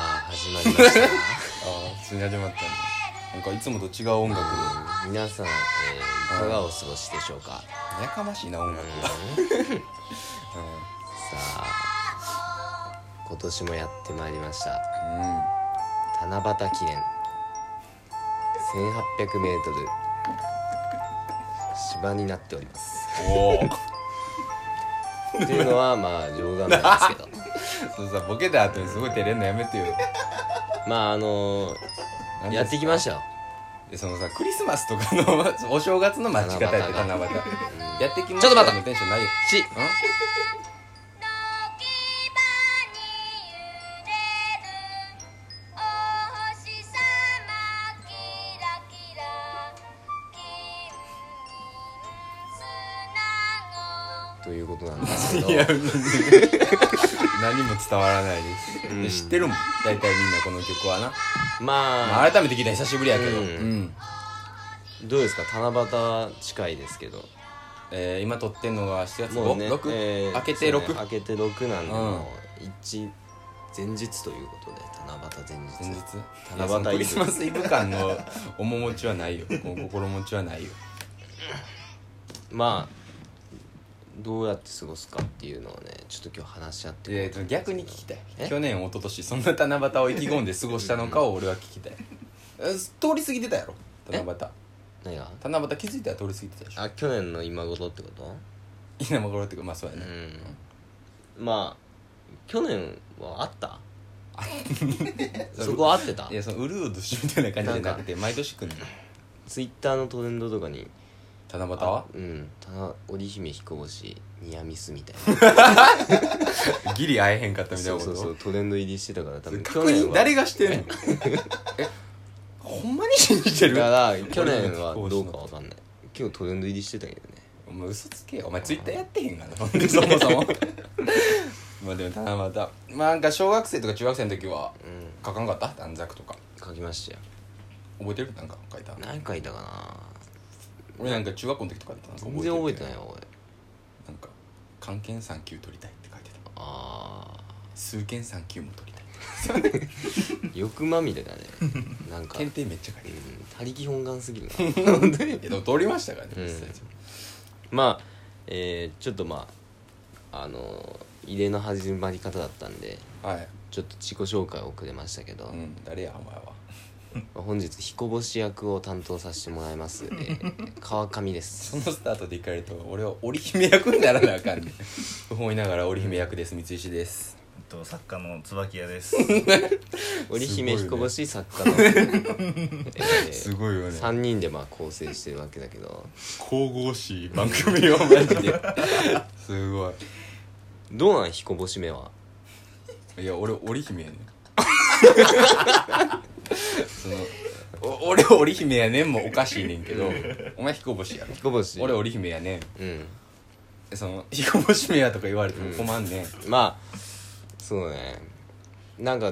りましたああ普通に始まったねなんかいつもと違う音楽で皆さん、えーいかがお過ごしでしょうかやかましいな音楽がさあ今年もやってまいりましたうん、うん、七夕記念 1800m 芝になっており ますおおっていうのはまあ冗談なんですけどそうさボケた後にすごい照れんのやめてよまああのー、やってきましたよたそのさクリスマスとかのお正月の待ち方やで七七夕夕やってきましたちょっと待ったのテンションないよしんということなんですけどいや何も伝わらないです、うんで知ってるもん大体みんなこの曲はな、ままああ、改めて聞いたら久しぶりやけうど、んどうですか七夕近いですけどえー今撮ってんのが7月もう5、ね、 6、えー明けてそうね6、明けて6なんで、うんもう一前日ということで七夕前日前日七夕いやそのイブクリスマスイブ感の面持ちはない よこう心持ちはないよまあどうやって過ごすかっていうのをねちょっと今日話し合っていや逆に聞きたえい去年一昨年そんな七夕を意気込んで過ごしたのかを俺は聞きたい え通り過ぎてたやろ七え夕何が七夕気づいたら通り過ぎてたでしょあ去年の今頃ってこと稲間頃っていうかまあそうやうね、んまあ去年はあ ったそこは合ってたいやそのうるう年みたいな感じじゃなくて毎年来んのツイッターのトレンドとかに七夕はうんただ織姫彦星ニアミスみたいなギリ会えへんかったみたそういなこそうとそうトレンド入りしてたから多分去確年認は誰がしてんのえ ほんまに信じてだるから去年はどうかわかんない今日トレンド入りしてたけどねお前嘘つけよお前ツイッターやってへんがなほんでそも そもまあでも七夕まあなんか小学生とか中学生の時はう書かんかった短冊とかん書きましたよ覚えてるなんか書いた何書いたかな俺なんか中学校の時とかだったなんか全然覚えてないいよ俺なんか「漢検3級取りたい」って書いてたあ「数検3級も取りたいあ欲まみれ だねなん」か、うん検、定めっちゃ書いてた他力本願すぎるな いやでも通りましたからねうん実際まあえー、ちょっとまああのー、異例の始まり方だったんではいちょっと自己紹介遅れましたけど、うん誰やお前は まあ本日彦星役を担当させてもらい ます、えー、川上ですそのスタートでいかれると俺は織姫役にならなあ かんねん不本意ながら織姫役です三石ですえっと作家の椿屋です 織すごい姫よね彦星作家の、え ーごいよ3人でまあ構成してるわけだけど神々しい番組をマジですごどうなん彦星目はいいや俺織姫やねんそのお俺織姫やねんもおかしいねんけどお前彦星やろ彦星俺織姫やねうんんその彦星めやとか言われても困んねん、まあそうねなんか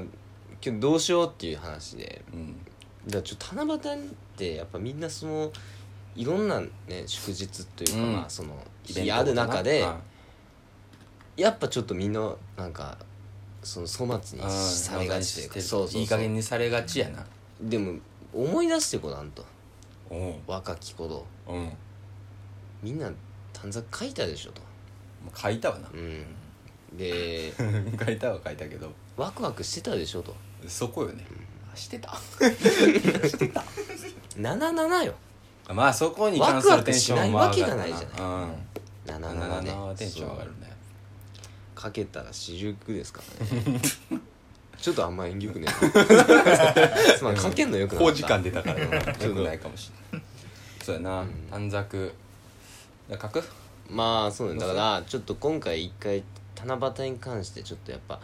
今日どうしようっていう話でうんじゃあちょっと七夕ってやっぱみんなそのいろんなね祝日というか、うんまあそのイベン日トある中で、はやっぱちょっとみんななんかその粗末いにされがちといううかんそうそうそういい加減にされがちやなでも思い出してこなんとうん若き頃うんみんな短冊書いたでしょと書いたわなうん で書いたは書いたけどワクワクしてたでしょとそこよね、してた 77よまあそこに関するテンションはワクワクしないわけがないじゃないないうん77 77ねはテンション上がるねそうかけたら四十九ですからね ちょっとあんま縁起よくねえなまあかけんのよくなか高った時間出たからよちょっとくないかもしれないそうやな短冊書くまあそうねだからちょっと今回一回七夕に関してちょっとやっぱ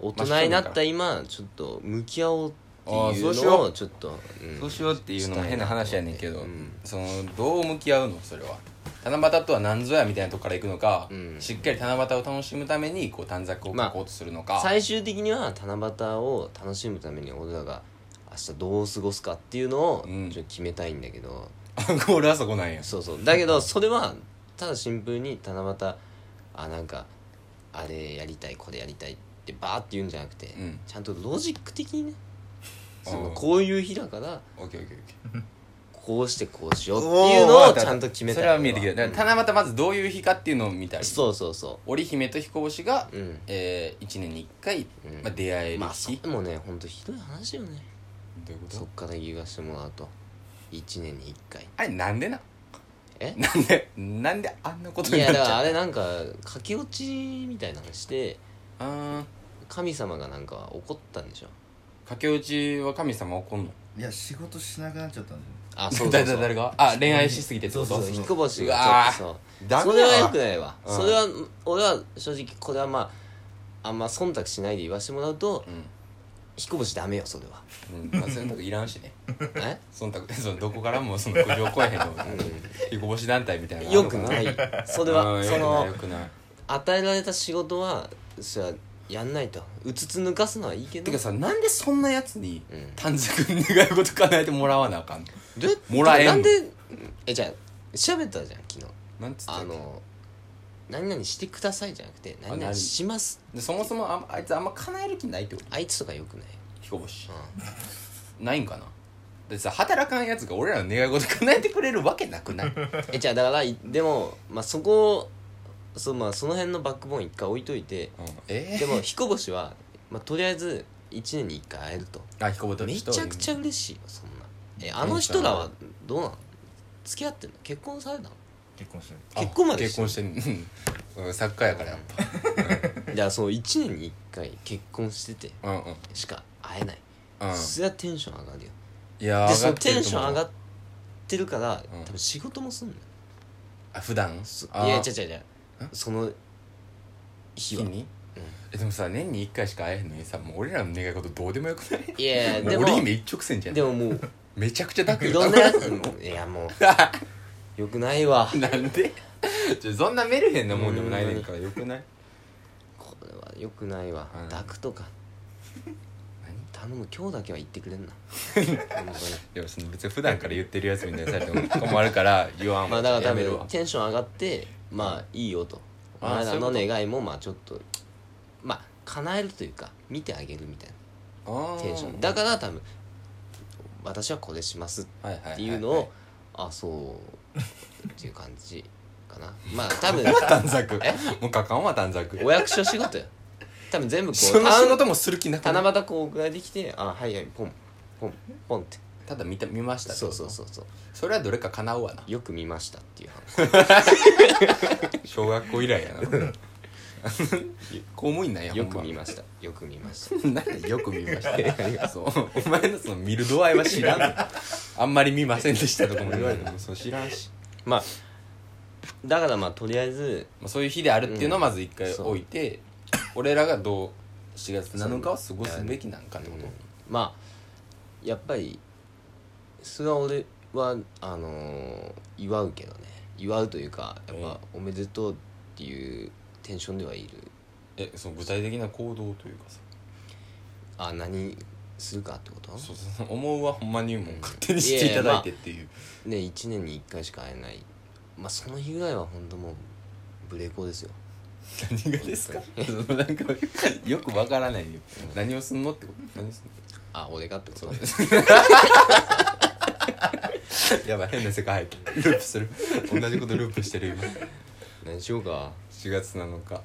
大人になった今ちょっと向き合おうってああいそううしのよをうちょっとうんそうしようっていうのも変な話やねんけど、うんそのどう向き合うのそれは七夕とは何ぞやみたいなとこから行くのか、うんしっかり七夕を楽しむためにこう短冊を書こうとするのか、最終的には七夕を楽しむために俺らが明日どう過ごすかっていうのをうんちょっと決めたいんだけど、俺はそ こなんやそうそうだけどそれはただシンプルに七夕あなんかあれやりたいこれやりたいってバーって言うんじゃなくて、うんちゃんとロジック的にねそのうんこういう日だからオッケーオッケーオッケーこうしてこうしようっていうのをちゃんと決めたそいれは見えてきただうんから七夕まずどういう日かっていうのを見たりそうそうそ織姫と彦星が、ううんえー、1年に1回、うんまあ、出会えるまあそ日、れもねほんとひどい話よねどういうこそっとから言わしてもらうと1年に1回あれなんでなえなんでなんであんなこといになやっちだからゃあうれなんか駆け落ちみたいなのしてあー神様がなんか怒ったんでしょ駆け落ちは神様怒んのいや仕事しなくなっちゃったんですよあそうそう誰そう誰があ恋愛しすぎてってことそうそう彦星うわがーちょっとダさメそだれはわよくないわうんそれは俺は正直これはまああんま忖度しないで言わせてもらうと彦星ダメよそれ はうん、うんまあ、 忖度いらんしねえ忖度 そのどこからもその苦情来えへんの彦星団体みたいなのよくないいそれはそのよくないよくない与えられた仕事はそれはやんないとうつつ抜かすのはいいけどてかさなんでそんなやつにうん短冊に願い事叶えてもらわなあかんのどうやってもらえんのなんでえじゃあ調べたじゃん昨日なんつったっけあの何々してくださいじゃなくて何々何しますでそもそもあんあいつあんま叶える気ないってことあいつとかよくない彦星、ないんかなだってさ働かんやつが俺らの願い事叶えてくれるわけな くないえじゃあだからいでも、まあ、そこをそ,、まあ、その辺のバックボーン一回置いといてうんえでも彦星は、まあ、とりあえず1年に1回会えるとー、あ彦星とめちゃくちゃゃ嬉しいよそんなえあの人らはどうなの付き合ってんの結婚された の結婚してる結婚まで結婚してんうんうん作家やからやっいやそう1年に1回結婚してて ぱうんうんしか会えない、うんそりゃテンション上がるよいやでそのテンション上がっってるから、うん多分仕事もすんのよあ普段そあーいや違う違う違うえその日は日にえでもさ年に1回しか会えへんのにさもう俺らの願い事どうでもよくないいやいやでもうも俺姫一直線じゃんでももう めちゃくちゃ抱くいよろんなやつもいやもうよくないわ なんでちょそんなメルヘンなもんでもないねんからよくないこれはよくないわうん抱くとか頼む今日だけは言ってくれん な本当にでもその別に普段から言ってるやつみたいにされても困るから言わんまわあだからや多めるわ分テンション上がってまあいいよとおあー前らそのういう願いもまあちょっとまあ叶えるというか見てあげるみたいあーなテンションだから多分私はこれしますはいはいはっていうのを、あそうっていう感じかな まあ多分短冊もうかかんわ短冊お役所仕事よ多分全部こうその仕事もする気なくたない七夕こう送られてきてあはいはいポンポンポンってただ見た見ましたそうそううそうそうそれはどれか叶うわなよく見ましたっていう話小学校以来 やな公務員なんやよく見まましたよく見ましたなんでよく見ましたそうお前のその見る度合いは知らんの あんまり見ませんでしたとかも言われてもそう知らんし、まあだからまあとりあえずまあ、そういう日であるっていうのをまず一回うんそう置いて、俺らがどう4月7日を過ごすべきなんかってことうんまあやっぱりそれは俺はあのー祝うけどね祝うというかやっぱおめでとうっていうテンションではいるえその具体的な行動というかさあ何するかってことそうそうそう思うはほんまにもう勝手にしていただいてっていう、ね1年に1回しか会えないまあその日ぐらいは本当もうブレーコーですよ何がです かそのなんかよくわからないよ何をすんのってこと何すんのあ俺がってことそうです やばい変な世界入ってるループする同じことループしてる今何しようか4月7日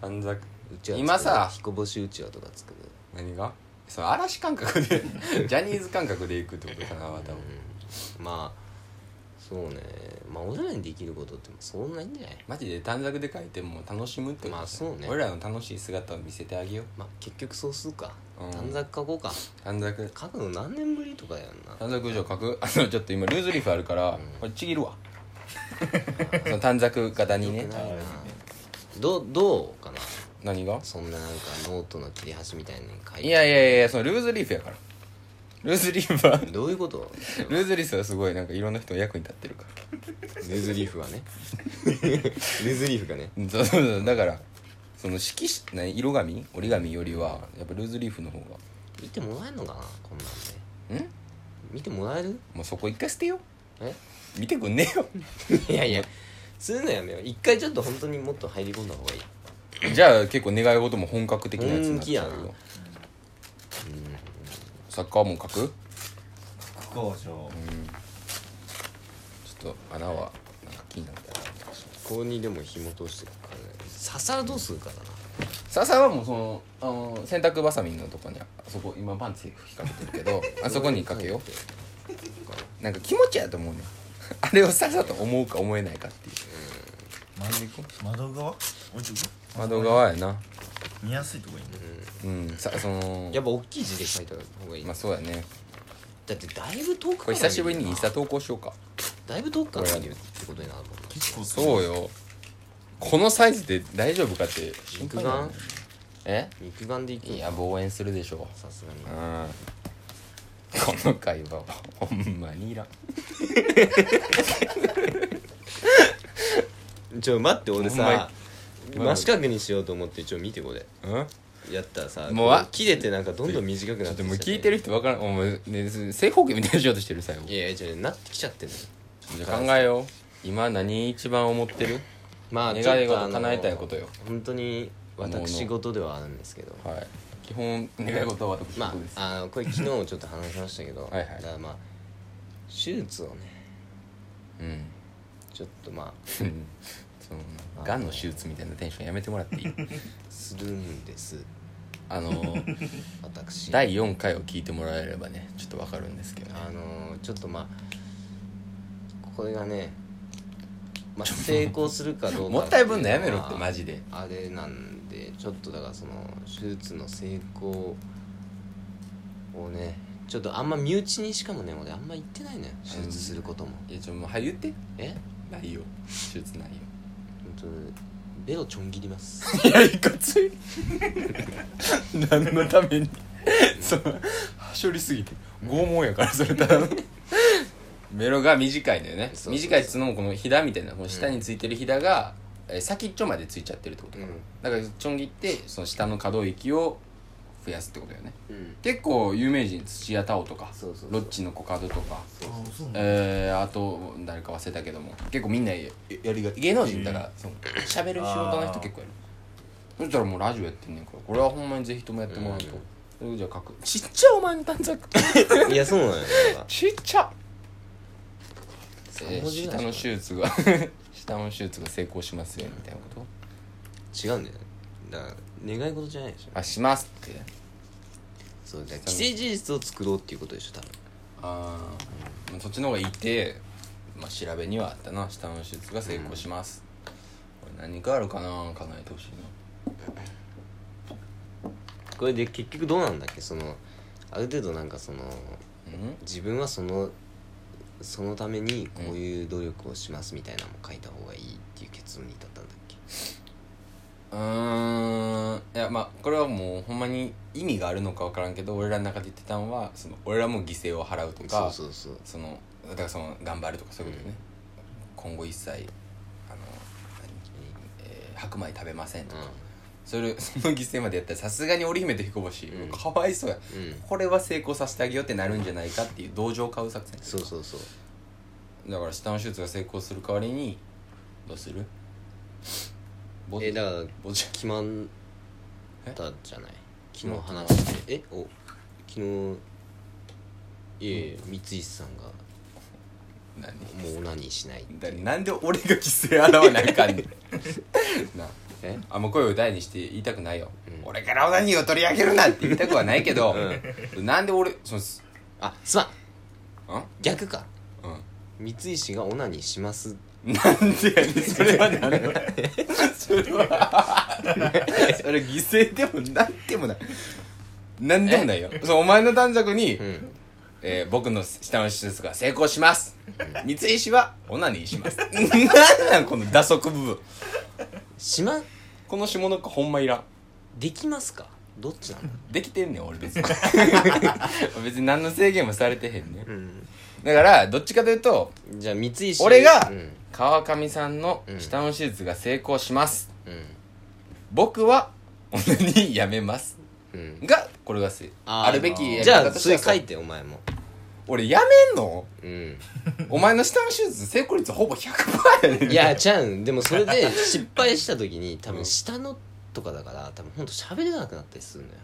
短冊うちは今さ彦星うちわとか作る何がその嵐感覚 でジャニーズ感覚で行くってことかなまたうんまあそうねまあ俺らにできることってそんなにんじゃないマジで短冊で書いても楽しむってことまあそうね俺らの楽しい姿を見せてあげようまあ結局そうするかうん短冊書こうか短冊書くの何年ぶりとかやんな短冊以上書く あのちょっと今ルーズリーフあるから、これちぎるわ その短冊型にね良くないなどうどうかな何がそんななんかノートの切れ端みたいに書いていやいやいやそのルーズリーフやからルーズリーフは どういうことルーズリーフはすごいなんかいろんな人の役に立ってるかレズリーフが ねレズリーフがねらそうそうそうだからその色紙何色紙折り紙よりはやっぱルーズリーフの方が見てもらえるのかなこんなんでん見てもらえるもうそこ一回捨てよえ 見てくんねえいやよ いやそういうのやめよう一回ちょっと本当にもっと入り込んだ方がいいじゃあ結構願い事も本格的なやつになっ本気ちやゃなうよサッカーも書く、うん、工場ちょっと穴はなんか気になったらこにでも紐通していくからね笹はどうするかだな笹はもうそのあの洗濯ばさみのとこにあそこ今パンツ引っ掛けてるけ どあそこにかけようなんか気持ちやと思うねあれを笹と思うか思えないかっていう真ん中窓側おちょ窓側やな見やすいとこいいねうんさそのやっぱ大きい字で書いた方がいい、まあそうやねだってだいぶ遠くからこれ久しぶりにイ見ンるスなタ投稿しようかだいぶ遠くから見るってことになるもんね結構そうよよこのサイズで大丈夫かって心肉配だよ眼ねえ肉眼でいくいや望遠するでしょうさすがにうんこの会話はほんまにいらんちょ待って俺ほんまさ真四角にしようと思ってちょ見てこれうんやったらさもうわこ切れてなんかどんどん短くちなょっってきともうちゃ聞いてる人分からんお前ね正方形みたいにしようとしてる最後いやいやちょなってきちゃってるじゃあ考えよう今何一番思ってるまあ願いちょっと事あの叶えたいことよ本当に私事ではあるんですけどはい基本願い事は私ま僕です、ああのこれ昨日もちょっと話しましたけど はいはいだからまあ手術をねうん ちょっとまあうんそのがんの手術みたいなテンションやめてもらっていいするんですあの 私第4回を聞いてもらえればねちょっと分かるんですけどねあのちょっとまあこれがね、まあ、成功するかどうかもったいぶんのやめろってまあマジであれなんでちょっとだからその手術の成功をねちょっとあんま身内にしかもね俺あんま言ってないのよ手術することも、いやちょもうはい言ってえ内容手術内容本当ベロちょん切りますいやいかつい何のためにそのはしょりすぎて拷問やからそれただのメロが短いのよねそうそうそう短いっつうのもこのひだみたいなこの下についてるひだが、えー先っちょまでついちゃってるってことうん、だからちょん切ってその下の可動域を増やすってことだよねうん、結構有名人土屋太鳳とかそうそうそうロッチのコカドとかあーそうなんだえー、あと誰か忘れたけども結構みんなややりが芸能人だからその喋る仕事の人結構やるそしたらもうラジオやってんねんからこれはほんまにぜひともやってもらうと、それじゃあ書くちっちゃお前の短冊いやそうなのよなんかちっちゃ、え三ー、文字ぐ下らいのしか手術が 下の手術が成功しますよみたいなこと違うんだよねだから願い事じゃないでしょあしますってそうじゃあ既成事実を作ろうっていうことでしょ多分ああそっちの方がいいって、まあ、調べにはあったな下の手術が成功します、これ何かあるかな叶えてほしいなこれで結局どうなんだっけそのある程度なんかそのうん自分はそのそのためにこういう努力をしますみたいなのも書いた方がいいっていう結論に至ったんだっけうーんいやまあこれはもうほんまに意味があるのか分からんけど俺らの中で言ってたのはその俺らも犠牲を払うとそかうそうそうそのだからその頑張るとかそういうことよね、今後一切あの、何えー白米食べませんとか、それ その犠牲までやったらさすがに織姫と彦星、うんかわいそうやうん、うん、これは成功させてあげようってなるんじゃないかっていう同情を買う作戦そうそうそうだから下の手術が成功する代わりにどうするボえだからボツ決まったじゃない昨日話してえお昨日いえいえ三石さんが何もうオナニーしないだなんで俺が犠牲払わなあ かんねんなえあもう声を大にして言いたくないよ、うん俺からオナニーを取り上げるなって言いたくはないけど、なんで俺そのすあすまんあ逆かう三石がオナニーしますんなんでやねんそれはな んだそれはそれ犠牲でもなんでもないなんでもないよそうお前の短冊に、うんえー僕の下の手術が成功します三石はオナニーします なんなんこの打足部分しまこの下の子ほんまいらんできますかどっちなんだできてんねん俺別に 別に何の制限もされてへんねんんだからどっちかというとじゃあ三石俺がうん川上さんの下の手術が成功します、うん僕は俺にやめますうんがこれがせああーるべきやりじゃ方あとしそてはれ書いてお前も俺やめんのうんお前の下の手術成功率ほぼ100%やねんいやちゃうんでもそれで失敗した時に多分下のとかだから多分ほんと喋れなくなったりするのよ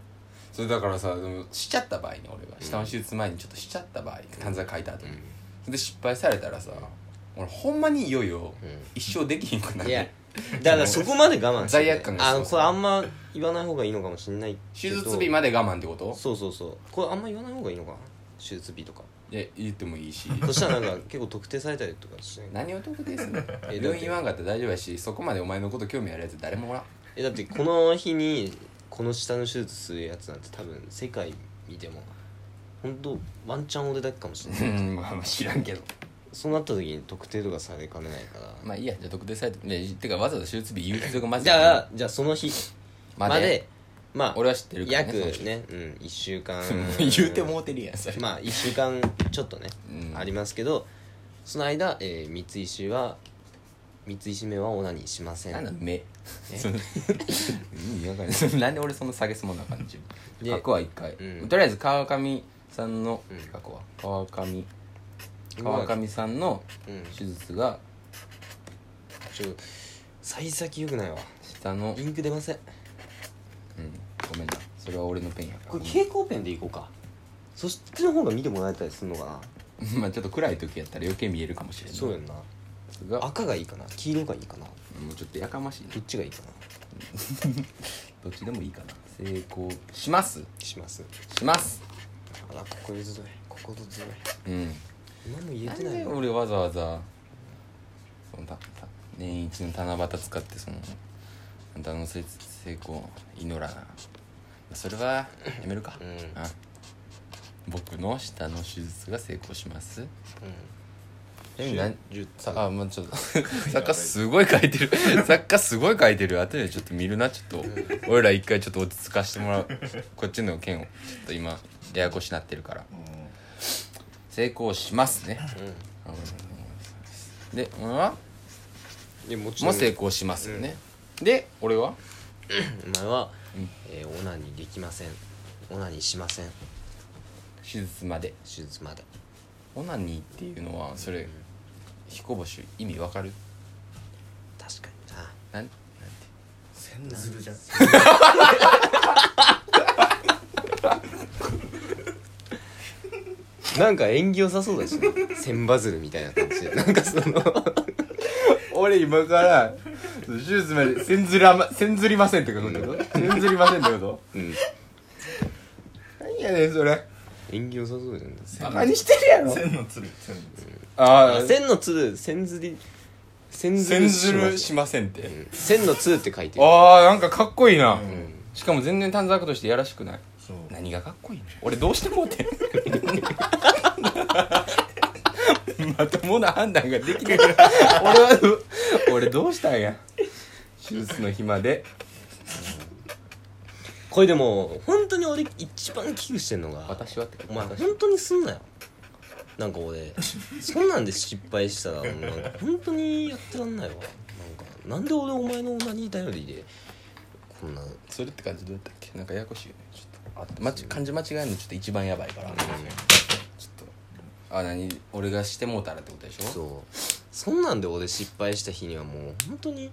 それだからさでもしちゃった場合に俺が下の手術前にちょっとしちゃった場合短冊書いた後に、で失敗されたらさ俺ほんまにいよいよう一生できひんくなんる、いやだからそこまで我慢して罪悪感があそうのそこうれあんま言わない方がいいのかもしれない手けど術日まで我慢ってことそうそうそうこれあんま言わない方がいいのかな手術日とかいや言ってもい いしそしたらなんか結構特定されたりとかしない何を得ですのえ病院言わんかったら大丈夫やしそこまでお前のこと興味あるやつ誰もおらんえだってこの日にこの下の手術するやつなんて多分世界見ても本当ワンチャン俺だけかもしれないうんまあ知らんけどそうなった時に特定とかされかねないから、まあいいやじゃあ特定されてねてかわざわざ手術日言う必要がまずじゃあじゃあその日ままででまあ俺は知ってるからねその約人 ね、うん、1週間言うてもうてるやんそれ、まあ1週間ちょっとね、うんありますけどその間、えー、三石は三石目はオナニーしませんなんだ目その意味わかん ないなんで俺そんな下げすもんな感じで過去は一回、うんとりあえず川上さんのうん過去は川上川上さんのうん手術がちょ幸先よくないわ下の、うんリ、ンク出ませんごめんなそれは俺のペンやからこれ蛍光ペンでいこうかそっちの方が見てもらえたりするのかな まあちょっと暗い時やったら余計見えるかもしれないそうやんなが赤がいいかな黄色がいいかなもうちょっとやかましいなどっちがいいかなどっちでもいいかな成功しますしますしますあらここずるいここずるいうん今も言なえんてないでよ俺わざわざそのたた年一の七夕使ってそのあんたのせ成功祈らなまあそれはやめるか、うんあ僕の下の手術が成功しますえな10さあもうちょっと作家すごい書い てる作家すごい書いてる後でちょっと見るなちょっと俺ら一回ちょっと落ち着かしてもらうこっちの件をちょっと今ややこしなってるから成功しますねで俺はでもちろもんう成功しますよね、で俺はお前は、えーオナニーできませんオナニーしません手術まで手術までオナニーっていうのはそれ彦星意味わかる確かにななんなんてせんずる じゃんなんか縁起良さそうだしね 千バズルみたいな感 じでなんかその俺今から手術までせんずらませんずりませんってことだよせんずりませんってことうん 何やねんそれ縁起良さそうだよねバカにしてるやろせんのつるせんのつるああ千の鶴千ずり千ずせんりずるししませんって、ません千の鶴って書いてるああなんかかっこいいな、んしかも全然短冊としてやらしくないそう何がかっこいいの俺どうしてもうて んまともな判断ができない俺は俺どうしたんや手術の暇でこれでも本当に俺一番危惧してんのが私はってお前本当にすんなよなんか俺そんなんで失敗したらもうなんか本当にやってらんないわなんかなんで俺お前の女に頼りでこんなそれって感じどうやったっけなんかややこしいよねちょっとあまち漢字間違えるのちょっと一番やばいから、ちょっとあ何俺がしてもうたらってことでしょそうそんなんで俺失敗した日にはもう本当に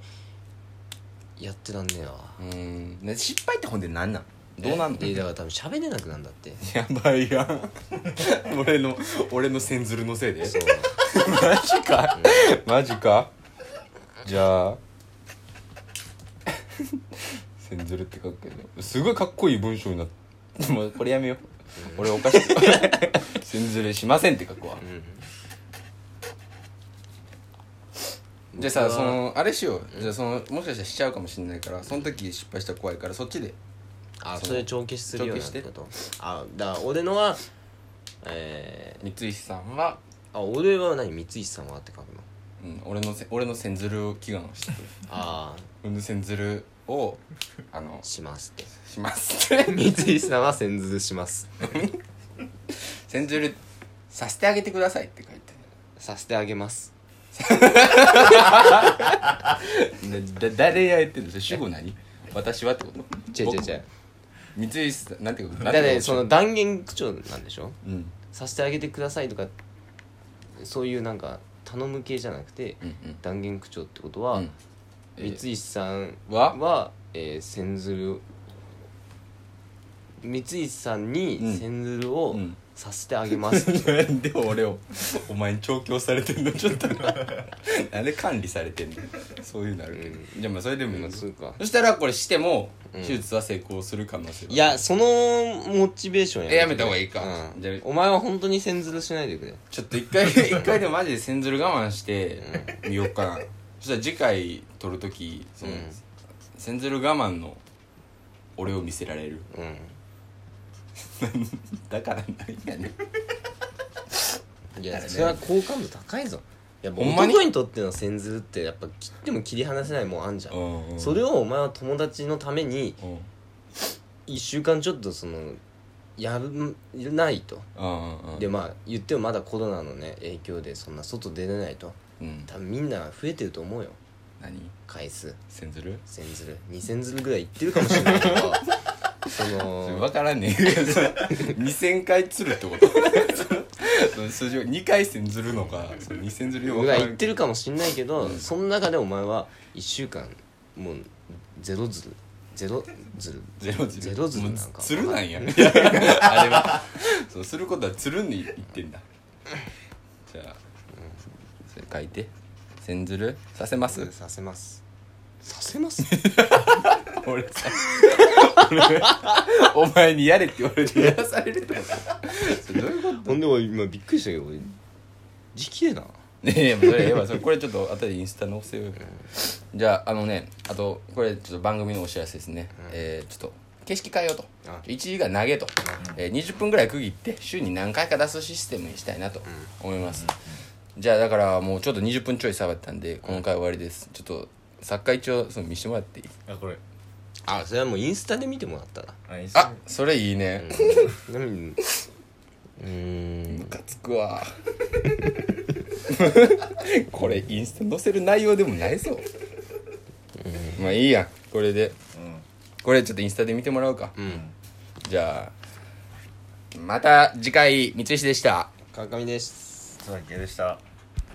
やってらんねえわうーんね失敗ってほんで何なんどうなんのええだから多分喋れなくなんだってやばいやん 俺の俺のせんずるのせいでマジか、マジかじゃあせんずるって書くけどすごいかっこいい文章になって もうこれやめよう俺おかしい せんずるしませんって書くわじゃあさ僕そはのあれしようじゃあそのもしかしたらしちゃうかもしれないからその時失敗したら怖いからそっちであそうそれ帳消しするような帳っ消しててことあだから俺のはえ三石さんは、ー、あ俺は何三石さんはって書くのうん、俺のせ俺のせんずるを祈願をしてく れあうんぬせんずるをあのあしますってします って三井さんは先ずしますせんずるさせてあげてくださいって書いてさせてあげますあるだ誰がやってんのそれ主語何私はってこと違う違う違うう三井さんなんていうことだなんっててことその断言口調なんでしょうんさせてあげてくださいとかそういうなんか頼む系じゃなくて、うんうん断言口調ってことは、うんえ三井さんはは、えー、千鶴光石さんにうん千鶴をうんさせてあげます、 でも俺をお前に調教されてんのちょっと なんで管理されてんのそう いうのあるけど、じゃあまあそれでもいいの、うんそうかそしたらこれしてもうん手術は成功する可能性はいやそのモチベーションやめえやめた方がいいかうんじゃあお前は本当に千鶴しないでくれちょっと一回 一回でもマジで千鶴我慢して見よっかな、そしたら次回撮る時そのうん千鶴我慢の俺を見せられるうんだから何やねんいやだからねそれは好感度高いぞいやもうほんまに男にとっての千鶴ってやっぱ切っても切り離せないもんあんじゃん、うんうんそれをお前は友達のためにうん1週間ちょっとそのやるないとうんうんうんでまあ言ってもまだコロナのね影響でそんな外出れないとうん多分みんな増えてると思うよ何回数千鶴千鶴二千鶴ぐらいいってるかもしれない けどその分から ねえそれ2000回釣るってこと その数字を2回戦ずるのかその2000ずるよぐ分らかいらいっんてるかもしれないけど、うんその中でお前は1週間もうゼロずるゼロずるゼロずるゼロずるなんかつるなんやいやあれは そうすることはつるんでいってんだじゃあ、それ書いて千ずるさせますさせますさせます 俺 さ俺お前にやれって言われてやらされるってことそれどういうこと ほんで俺今びっくりしたけど俺時期えなねえそれええわそれこれちょっと後でインスタ載せようよじゃああのねあとこれちょっと番組のお知らせですね、えーちょっと景色変えようとあ1時が投げと、えー20分ぐらい区切って週に何回か出すシステムにしたいなと思います、じゃあだからもうちょっと20分ちょい下がったんでこの回終わりですちょっと作家一応その見してもらっていいあこれあそれはもうインスタで見てもらった らあいいっすねあそれいいね、なみにうーんムカつくわ これインスタ載せる内容でもないぞまあいいやこれでうんこれちょっとインスタで見てもらうかうんじゃあまた次回三石でした川上です佐々木でした